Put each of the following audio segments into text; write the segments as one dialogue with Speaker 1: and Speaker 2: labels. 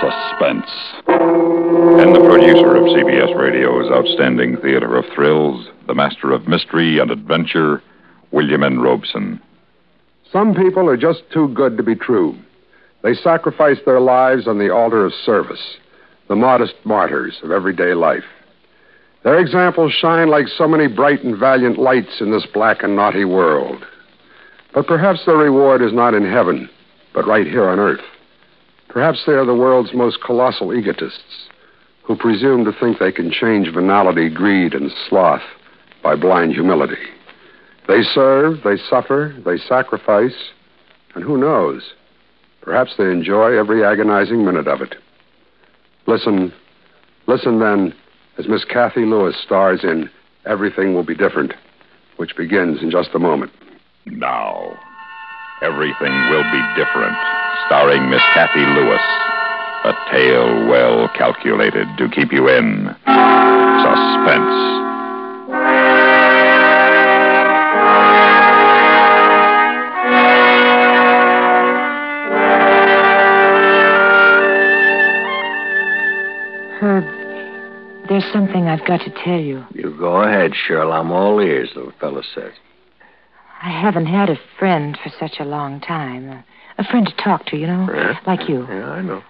Speaker 1: Suspense. And the producer of CBS Radio's outstanding theater of thrills, the master of mystery and adventure, William N. Robeson.
Speaker 2: Some people are just too good to be true. They sacrifice their lives on the altar of service, the modest martyrs of everyday life. Their examples shine like so many bright and valiant lights in this black and naughty world. But perhaps their reward is not in heaven, but right here on earth. Perhaps they are the world's most colossal egotists who presume to think they can change venality, greed, and sloth by blind humility. They serve, they suffer, they sacrifice, and who knows? Perhaps they enjoy every agonizing minute of it. Listen, listen then, as Miss Kathy Lewis stars in Everything Will Be Different, which begins in just a moment.
Speaker 1: Now, Everything Will Be Different, starring Miss Kathy Lewis. A tale well calculated to keep you in suspense.
Speaker 3: Herb, there's something I've got to tell you.
Speaker 4: You go ahead, Shirley. I'm all ears, the fella says.
Speaker 3: I haven't had a friend for such a long time. A friend to talk to, you know?
Speaker 4: Yeah?
Speaker 3: Like you.
Speaker 4: Yeah, I know.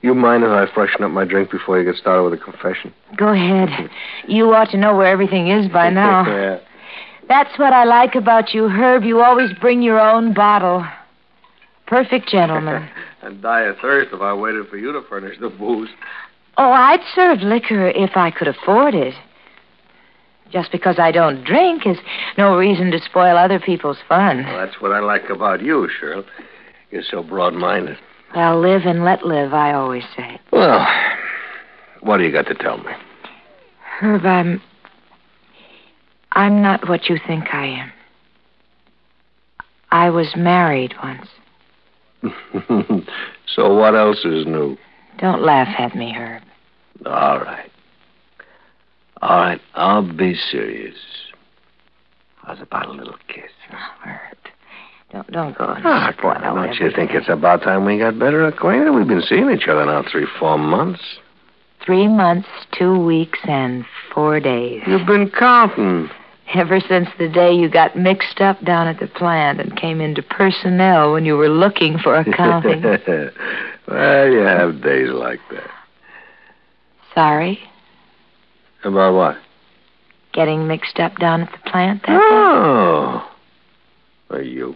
Speaker 4: You mind if I freshen up my drink before you get started with a confession?
Speaker 3: Go ahead. You ought to know where everything is by now.
Speaker 4: yeah.
Speaker 3: That's what I like about you, Herb. You always bring your own bottle. Perfect gentleman.
Speaker 4: I'd die of thirst if I waited for you to furnish the booze.
Speaker 3: oh, I'd serve liquor if I could afford it. Just because I don't drink is no reason to spoil other people's fun.
Speaker 4: Well, that's what I like about you, Shirley. You're so broad-minded.
Speaker 3: Well, live and let live, I always say.
Speaker 4: Well, what do you got to tell me?
Speaker 3: Herb, I'm. um, I'm not what you think I am. I was married once.
Speaker 4: so what else is new?
Speaker 3: Don't laugh at me, Herb.
Speaker 4: All right. All right, I'll be serious. How's about a little kiss?
Speaker 3: Herb. Don't, don't go. and
Speaker 4: Ah,
Speaker 3: spoil
Speaker 4: come on, don't you
Speaker 3: everything.
Speaker 4: think it's about time we got better acquainted? We've been seeing each other now three, four months.
Speaker 3: Three months, two weeks, and four days.
Speaker 4: You've been counting.
Speaker 3: Ever since the day you got mixed up down at the plant and came into personnel when you were looking for accounting.
Speaker 4: well, you have days like that.
Speaker 3: Sorry?
Speaker 4: About what?
Speaker 3: Getting mixed up down at the plant that day?
Speaker 4: Oh. Are you?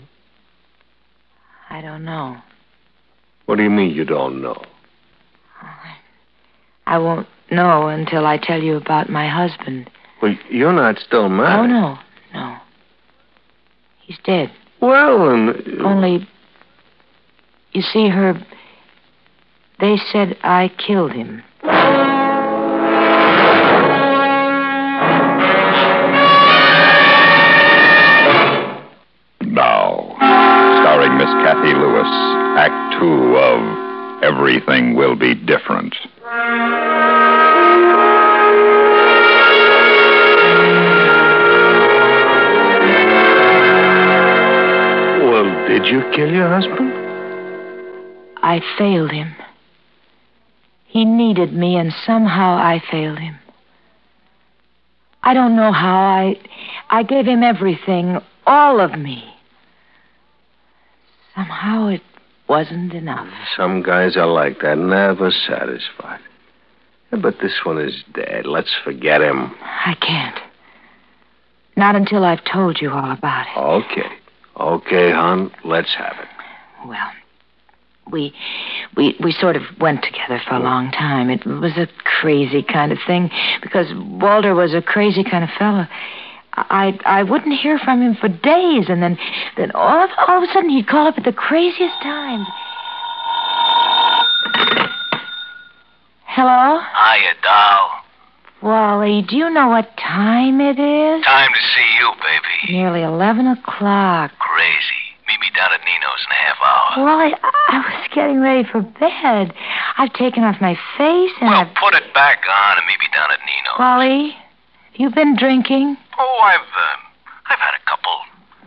Speaker 3: I don't know.
Speaker 4: What do you mean you don't know?
Speaker 3: I won't know until I tell you about my husband.
Speaker 4: Well, you're not still
Speaker 3: Oh,
Speaker 4: married.
Speaker 3: no. No. He's dead.
Speaker 4: Well, and... uh,
Speaker 3: Only, you see, Herb, they said I killed him.
Speaker 1: Now, starring Miss Kathy Lewis, Act Two of Everything Will Be Different.
Speaker 4: Well, did you kill your husband?
Speaker 3: I failed him. He needed me, and somehow I failed him. I don't know how. I, I gave him everything, all of me. Somehow it wasn't enough.
Speaker 4: Some guys are like that, never satisfied. Yeah, But this one is dead. Let's forget him.
Speaker 3: I can't. Not until I've told you all about it.
Speaker 4: Okay. Okay, hon. Let's have it.
Speaker 3: Well, we we we sort of went together for a long time. It was a crazy kind of thing because Walter was a crazy kind of fella. I I wouldn't hear from him for days, and then then all of, all of a sudden he'd call up at the craziest times. Hello,
Speaker 5: Hiya, doll.
Speaker 3: Wally. Do you know what time it is?
Speaker 5: Time to see you, baby.
Speaker 3: Nearly eleven o'clock.
Speaker 5: Crazy. Meet me down at Nino's in a half hour.
Speaker 3: Well, I, I was getting ready for bed. I've taken off my face and
Speaker 5: Well,
Speaker 3: I've.
Speaker 5: put it back on and meet me down at Nino's.
Speaker 3: Wally, have you been drinking?
Speaker 5: Oh, I've, um, I've had a couple.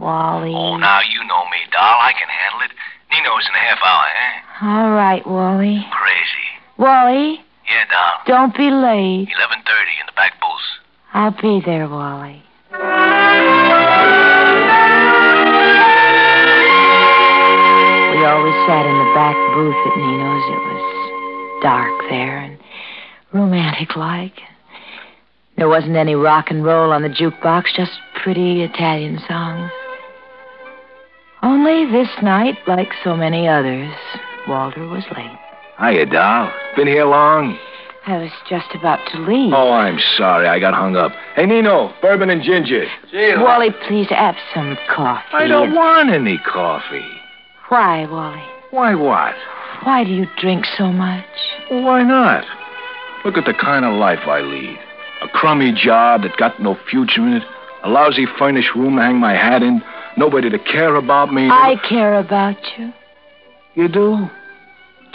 Speaker 3: Wally.
Speaker 5: Oh, now you know me, doll. I can handle it. Nino's in a half hour, eh?
Speaker 3: All right, Wally.
Speaker 5: Crazy.
Speaker 3: Wally,
Speaker 5: Yeah, down.
Speaker 3: don't be
Speaker 5: 11.30
Speaker 3: late.
Speaker 5: in the back booth.
Speaker 3: I'll be there, Wally. We always sat in the back booth at Nino's. It was dark there and romantic like. There wasn't any rock and roll on the jukebox, just pretty Italian songs. Only this night, like so many others, Walter was late.
Speaker 4: Hiya, Doll. Been here long?
Speaker 3: I was just about to leave.
Speaker 4: Oh, I'm sorry. I got hung up. Hey, Nino, bourbon and ginger.
Speaker 3: Wally, please have some coffee.
Speaker 4: I don't want any coffee.
Speaker 3: Why, Wally?
Speaker 4: Why what?
Speaker 3: Why do you drink so much?
Speaker 4: Why not? Look at the kind of life I lead. A crummy job that got no future in it, a lousy furnished room to hang my hat in, nobody to care about me.
Speaker 3: I care about you.
Speaker 4: You do?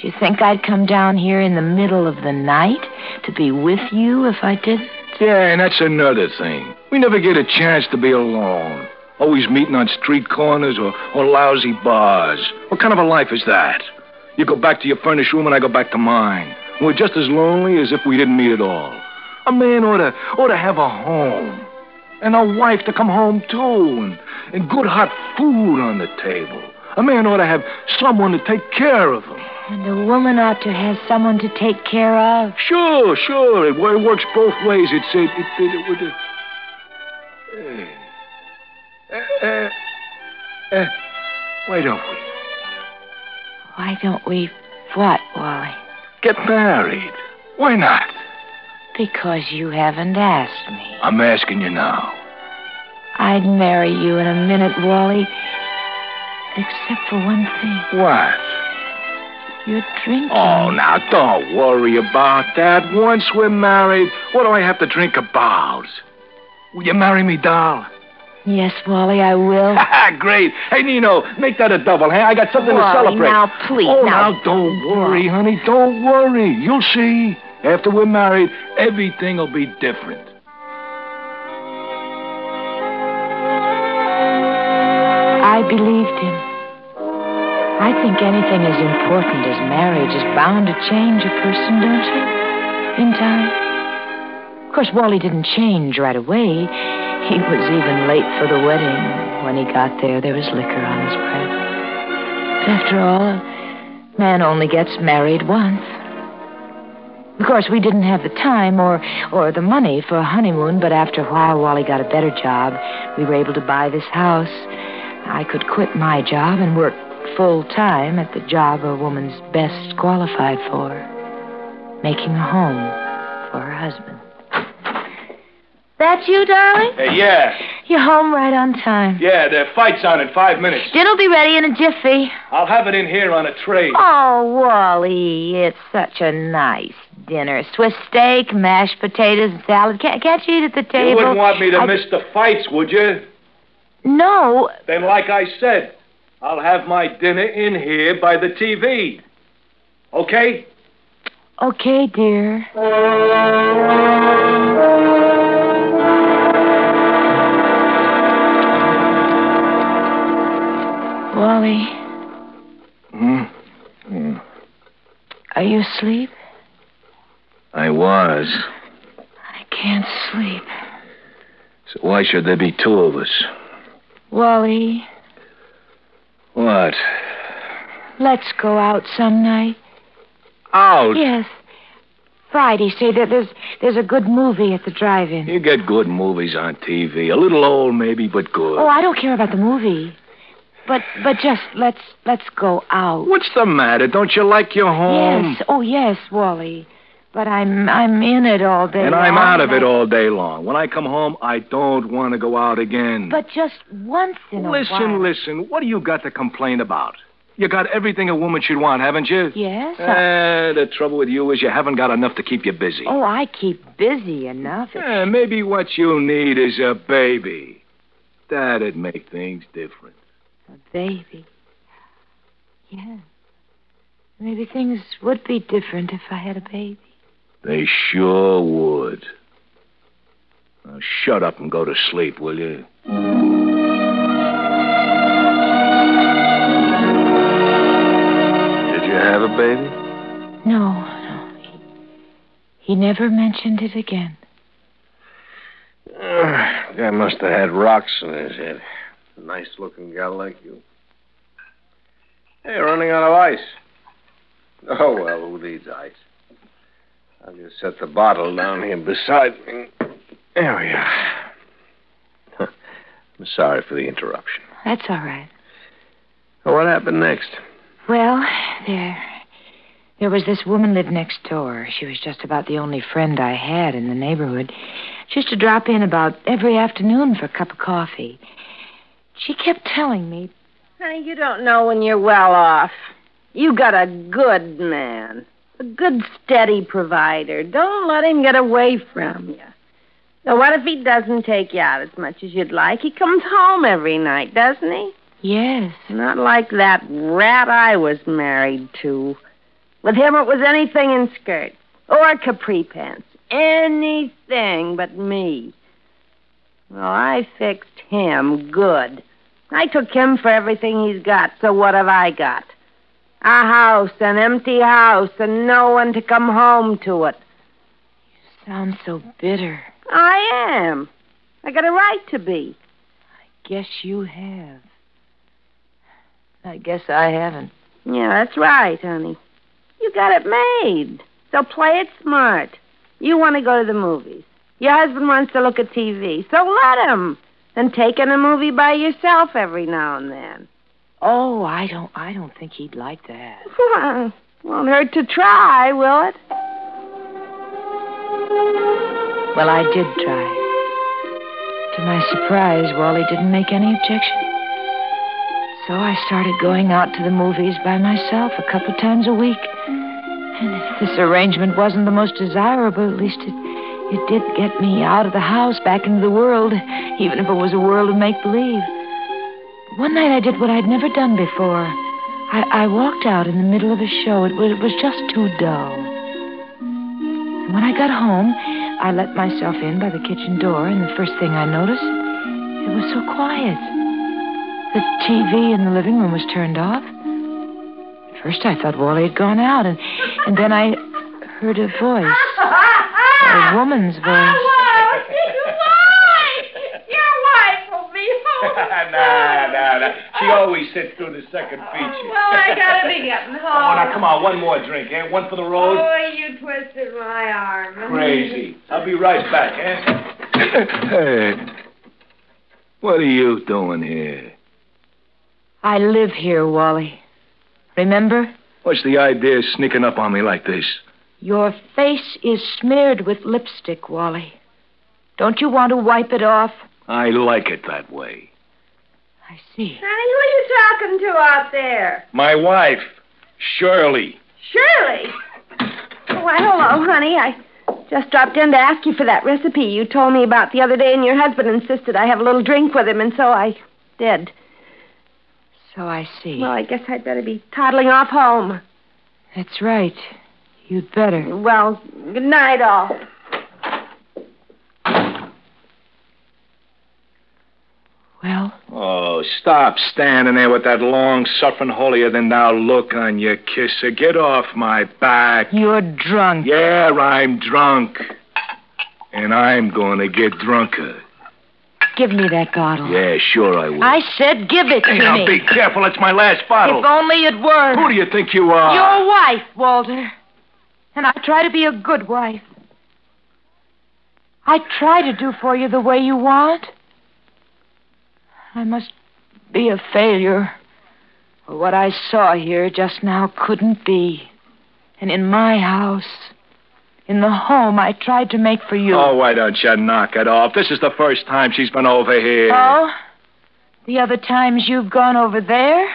Speaker 3: Do you think I'd come down here in the middle of the night to be with you if I didn't?
Speaker 4: Yeah, and that's another thing. We never get a chance to be alone. Always meeting on street corners or, or lousy bars. What kind of a life is that? You go back to your furnished room and I go back to mine. We're just as lonely as if we didn't meet at all. A man ought to, ought to have a home. And a wife to come home to, and, and good hot food on the table. A man ought to have someone to take care of him.
Speaker 3: And a woman ought to have someone to take care of.
Speaker 4: Sure, sure. It, wo- it works both ways. It's it it it, it would. Uh, eh. Eh, eh, eh. why don't we
Speaker 3: Why don't we what, Wally?
Speaker 4: get married? Why not?
Speaker 3: Because you haven't asked me.
Speaker 4: I'm asking you now.
Speaker 3: I'd marry you in a minute, Wally. Except for one thing.
Speaker 4: What?
Speaker 3: You're drinking.
Speaker 4: Oh, now don't worry about that. Once we're married, what do I have to drink about? Will you marry me, doll?
Speaker 3: Yes, Wally, I will.
Speaker 4: Great. Hey, Nino, make that a double, hey? I got something
Speaker 3: Wally,
Speaker 4: to celebrate.
Speaker 3: now, please,
Speaker 4: Oh,
Speaker 3: now-
Speaker 4: now, don't worry, honey. Don't worry. You'll see. After we're married, everything will be different.
Speaker 3: I believed him. I think anything as important as marriage is bound to change a person, don't you? In time. Of course, Wally didn't change right away. He was even late for the wedding. When he got there, there was liquor on his breath. But after all, a man only gets married once. Of course, we didn't have the time or, or the money for a honeymoon, but after a while, Wally got a better job. We were able to buy this house. I could quit my job and work full time at the job a woman's best qualified for making a home for her husband. That you, darling?
Speaker 4: yeah,
Speaker 3: You're home right on time.
Speaker 4: yeah, the fight's on in five minutes.
Speaker 3: Dinner'll be ready in a jiffy.
Speaker 4: I'll have it in here on a tray.
Speaker 3: Oh, Wally, it's such a nice dinner. Swiss steak, mashed potatoes, and salad. Can't, can't you eat at the table? I-
Speaker 4: the fights, would you?
Speaker 3: No,
Speaker 4: Then, like I said, I'll have my dinner in here by the TV. Okay?
Speaker 3: Okay, dear. Wally, are you asleep?
Speaker 4: I was.
Speaker 3: I can't sleep.
Speaker 4: So why should there be two of us?
Speaker 3: Wally,
Speaker 4: What?
Speaker 3: let's go out some night.
Speaker 4: Out.
Speaker 3: Yes. Friday, say that there's there's a good movie at the drive-in.
Speaker 4: You get good movies on TV. A little old, maybe, but good.
Speaker 3: Oh, I don't care about the movie. But but just let's let's go out.
Speaker 4: What's the matter? Don't you like your home?
Speaker 3: Yes. Oh, yes, Wally. But I'm I'm in it all day.
Speaker 4: And I'm
Speaker 3: long,
Speaker 4: out of
Speaker 3: I-
Speaker 4: it all day long. When I come home, I don't want to go out again.
Speaker 3: But just once in a while.
Speaker 4: listen, listen. What do you got to complain about? You got everything a woman should want, haven't you?
Speaker 3: Yes. I-
Speaker 4: Eh, the trouble with you is you haven't got enough to keep you busy.
Speaker 3: oh, I keep busy enough.
Speaker 4: Eh, maybe what you need is a baby. That'd make things different.
Speaker 3: Oh, Baby. Yes. Maybe things would be different if I had a baby.
Speaker 4: They sure would. Now shut up and go to sleep, will you? Did you have a baby?
Speaker 3: No, no. He never mentioned it again.
Speaker 6: Uh, guy must have had rocks in his head. Nice looking guy like you. Hey, running out of ice. Oh, well, who needs ice? I'll just set the bottle down here beside me. There we are. Huh. I'm sorry for the interruption.
Speaker 3: That's all right.
Speaker 6: What happened next?
Speaker 3: Well, there. There was this woman lived next door. She was just about the only friend I had in the neighborhood. She used to drop in about every afternoon for a cup of coffee. She kept telling me,
Speaker 7: Honey, you don't know when you're well off. You got a good man, a good, steady provider. Don't let him get away from you. Now, what if he doesn't take you out as much as you'd like? He comes home every night, doesn't he?
Speaker 3: Yes,
Speaker 7: Not like that rat I was married to. With him, it was anything in skirts or capri pants. Anything but me. Well, I fixed him good. I took him for everything he's got, so what have I got? A house, an empty house, and no one to come home to it.
Speaker 3: sounds so bitter.
Speaker 7: I am. I got a right to be.
Speaker 3: Guess you have. I guess I haven't.
Speaker 7: Yeah, that's right, honey. You got it made. So play it smart. You want to go to the movies. Your husband wants to look at TV, so let him. And take in a movie by yourself every now and then.
Speaker 3: Oh, I don't I don't think he'd like that.
Speaker 7: Well, Won't hurt to try, will it?
Speaker 3: Well, I did try. To my surprise, Wally didn't make any objection. So I started going out to the movies by myself a couple times a week. And if this arrangement wasn't the most desirable, at least it, it did get me out of the house, back into the world, even if it was a world of make believe. One night I did what I'd never done before. I, I walked out in the middle of a show. It was, it was just too dull. And When I got home, I let myself in by the kitchen door, and the first thing I noticed, it was so quiet. The TV in the living room was turned off. At first, I thought Wally had gone out, and, and then I heard a voice, a woman's voice.
Speaker 4: nah, nah, nah. She always sits through the second feature.
Speaker 7: Oh, Well, I gotta be getting home. Oh.
Speaker 4: Oh, now come on, one more drink, eh? One for the road.
Speaker 7: Boy, you twisted my arm.
Speaker 4: Crazy. I'll be right back, eh? hey, what are you doing here?
Speaker 3: I live here, Wally. Remember?
Speaker 4: What's the idea of sneaking up on me like this?
Speaker 3: Your face is smeared with lipstick, Wally. Don't you want to wipe it off?
Speaker 4: I like it that way.
Speaker 3: I see.
Speaker 7: Honey, who are you talking to out there?
Speaker 4: My wife, Shirley.
Speaker 7: Shirley. Why, hello, oh, honey. I just dropped in to ask you for that recipe you told me about the other day, and your husband insisted I have a little drink with him, and so I did.
Speaker 3: So I see.
Speaker 7: Well, I guess I'd better be toddling off home.
Speaker 3: That's right. You'd better.
Speaker 7: Well, good night, all.
Speaker 3: Well,
Speaker 4: Oh, stop standing there with that long, suffering, holier than thou look on your kisser. Get off my back.
Speaker 3: You're drunk.
Speaker 4: Yeah, I'm drunk. And I'm going to get drunker.
Speaker 3: Give me that bottle.
Speaker 4: Yeah, sure I will.
Speaker 3: I said give it to me.
Speaker 4: Hey, now be careful. It's my last bottle.
Speaker 3: If only it were.
Speaker 4: Who do you think you are?
Speaker 3: Your wife, Walter. And I try to be a good wife. I try to do for you the way you want. I must be a failure. For what I saw here just now couldn't be. And in my house, in the home I tried to make for you.
Speaker 4: Oh, why don't you knock it off? This is the first time she's been over here.
Speaker 3: Oh? The other times you've gone over there?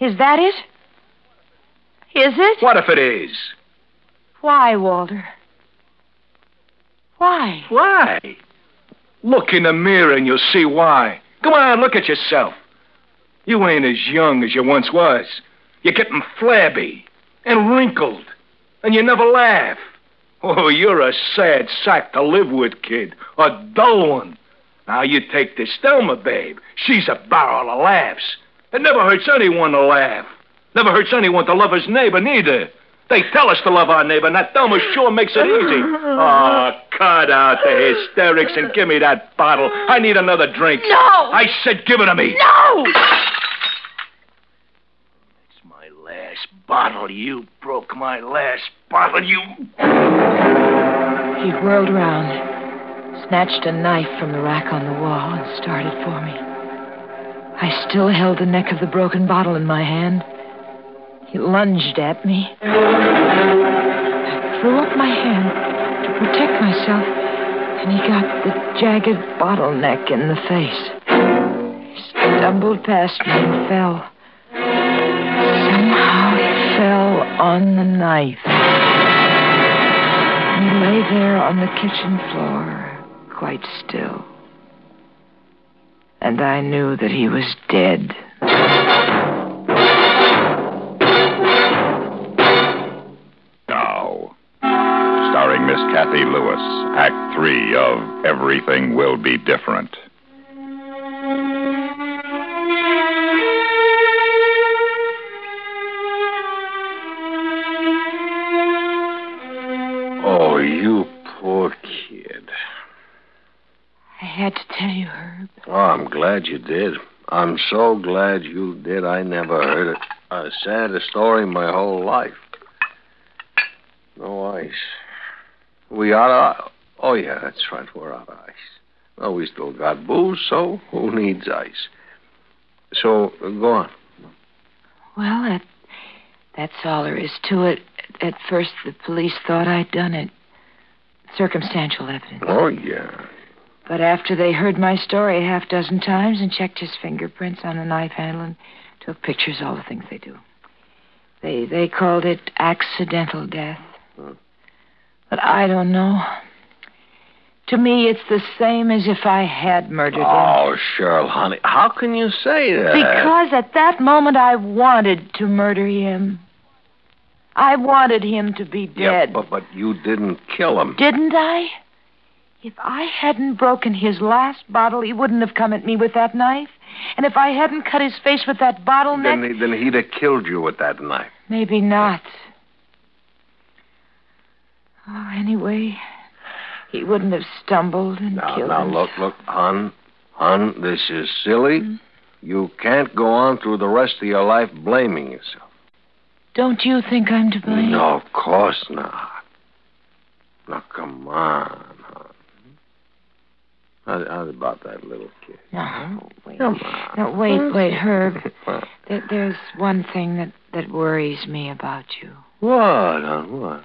Speaker 3: Is that it? Is it?
Speaker 4: What if it is?
Speaker 3: Why, Walter? Why?
Speaker 4: Why? Look in the mirror and you'll see why. Come on, look at yourself. You ain't as young as you once was. You're getting flabby and wrinkled, and you never laugh. Oh, you're a sad sack to live with, kid. A dull one. Now you take this Thelma, babe. She's a barrel of laughs. It never hurts anyone to laugh. Never hurts anyone to love his neighbor, neither.
Speaker 8: They tell us to love our neighbor, and that Thelma sure makes it easy. Oh, cut out the hysterics and give me that bottle. I need another drink.
Speaker 3: No!
Speaker 8: I said give it to me.
Speaker 3: No!
Speaker 9: It's my last bottle. You broke my last bottle. You.
Speaker 3: He whirled round, snatched a knife from the rack on the wall, and started for me. I still held the neck of the broken bottle in my hand. He lunged at me. I threw up my hand to protect myself, and he got the jagged bottleneck in the face. He stumbled past me and fell. Somehow he fell on the knife. He lay there on the kitchen floor, quite still. And I knew that he was dead.
Speaker 1: Now. Starring Miss Kathy Lewis, Act Three of Everything Will Be Different.
Speaker 4: Oh, you poor kid.
Speaker 3: I had to tell you, Herb.
Speaker 4: Oh, I'm glad you did. I'm so glad you did. I never heard a, a sadder story in my whole life. No ice. We out of. Oh, yeah, that's right. We're out of ice. Well, we still got booze, so who needs ice? So, uh, go on.
Speaker 3: Well, that, that's all there is to it. At first, the police thought I'd done it. Circumstantial evidence.
Speaker 4: Oh, yeah.
Speaker 3: But after they heard my story a half dozen times and checked his fingerprints on the knife handle and took pictures, all the things they do, they they called it accidental death.
Speaker 4: Hmm.
Speaker 3: But I don't know. To me, it's the same as if I had murdered him.
Speaker 4: Oh, Cheryl, honey, how can you say that?
Speaker 3: Because at that moment I wanted to murder him. I wanted him to be
Speaker 4: Yeah,
Speaker 3: dead.
Speaker 4: but, but you didn't kill him.
Speaker 3: Didn't I? If I hadn't broken his last bottle, he wouldn't have come at me with that knife. And if I hadn't cut his face with that bottleneck,
Speaker 4: Then, he, then he'd have killed you with that knife.
Speaker 3: maybe not. Oh, anyway, he wouldn't have stumbled and
Speaker 4: Now,
Speaker 3: killed
Speaker 4: now,
Speaker 3: himself.
Speaker 4: look, look, hon, hon, this is silly. You can't go on through the rest of your life blaming yourself.
Speaker 3: Don't you think I'm to blame?
Speaker 4: No, of course not. Now, come on, hon. How, how's about that little kid?
Speaker 3: No, wait.
Speaker 4: Come on.
Speaker 3: No, wait, wait, Herb.
Speaker 4: What?
Speaker 3: There- There's one thing that, that worries me about you.
Speaker 4: What, hon, what?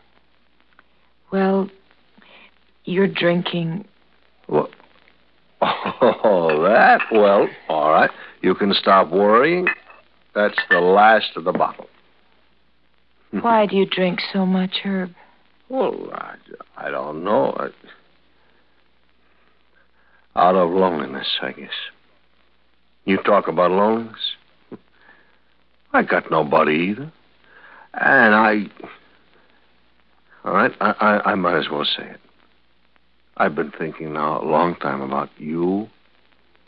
Speaker 3: Well, you're drinking.
Speaker 4: What? Oh, that? Well, all right. You can stop worrying. That's the last of the bottle.
Speaker 3: Why do you drink so much, Herb?
Speaker 4: Well, I, I don't know. I, out of loneliness, I guess. You talk about loneliness. I got nobody either. And I. All right, I, I, I might as well say it. I've been thinking now a long time about you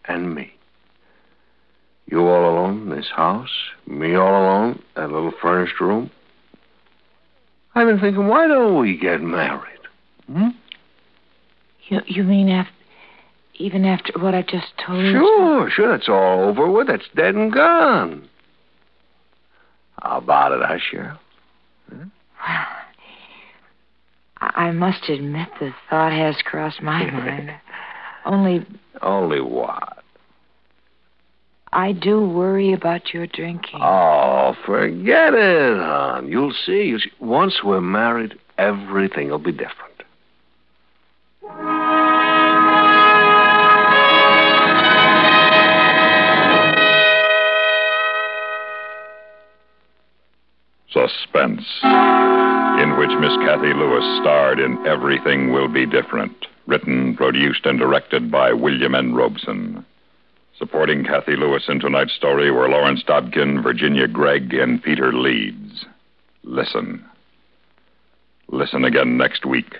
Speaker 4: and me. You all alone in this house, me all alone, that little furnished room. I've been thinking, why don't we get married? Hmm?
Speaker 3: You, you mean after, even after what I just told you?
Speaker 4: Sure, Oh, sure, that's all over with. That's dead and gone. How about it, huh, Cheryl?
Speaker 3: Well, I I must admit the thought has crossed my mind. Only
Speaker 4: Only what?
Speaker 3: I do worry about your drinking.
Speaker 4: Oh, forget it, hon. You'll see. You'll see. Once we're married, everything will be different.
Speaker 1: Suspense, in which Miss Kathy Lewis starred in Everything Will Be Different, written, produced, and directed by William N. Robeson. Supporting Kathy Lewis in tonight's story were Lawrence Dobkin, Virginia Gregg, and Peter Leeds. Listen. Listen again next week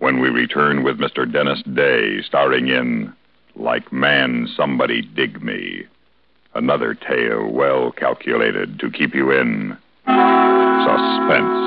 Speaker 1: when we return with Mr. Dennis Day, starring in Like Man, Somebody Dig Me. Another tale well calculated to keep you in suspense.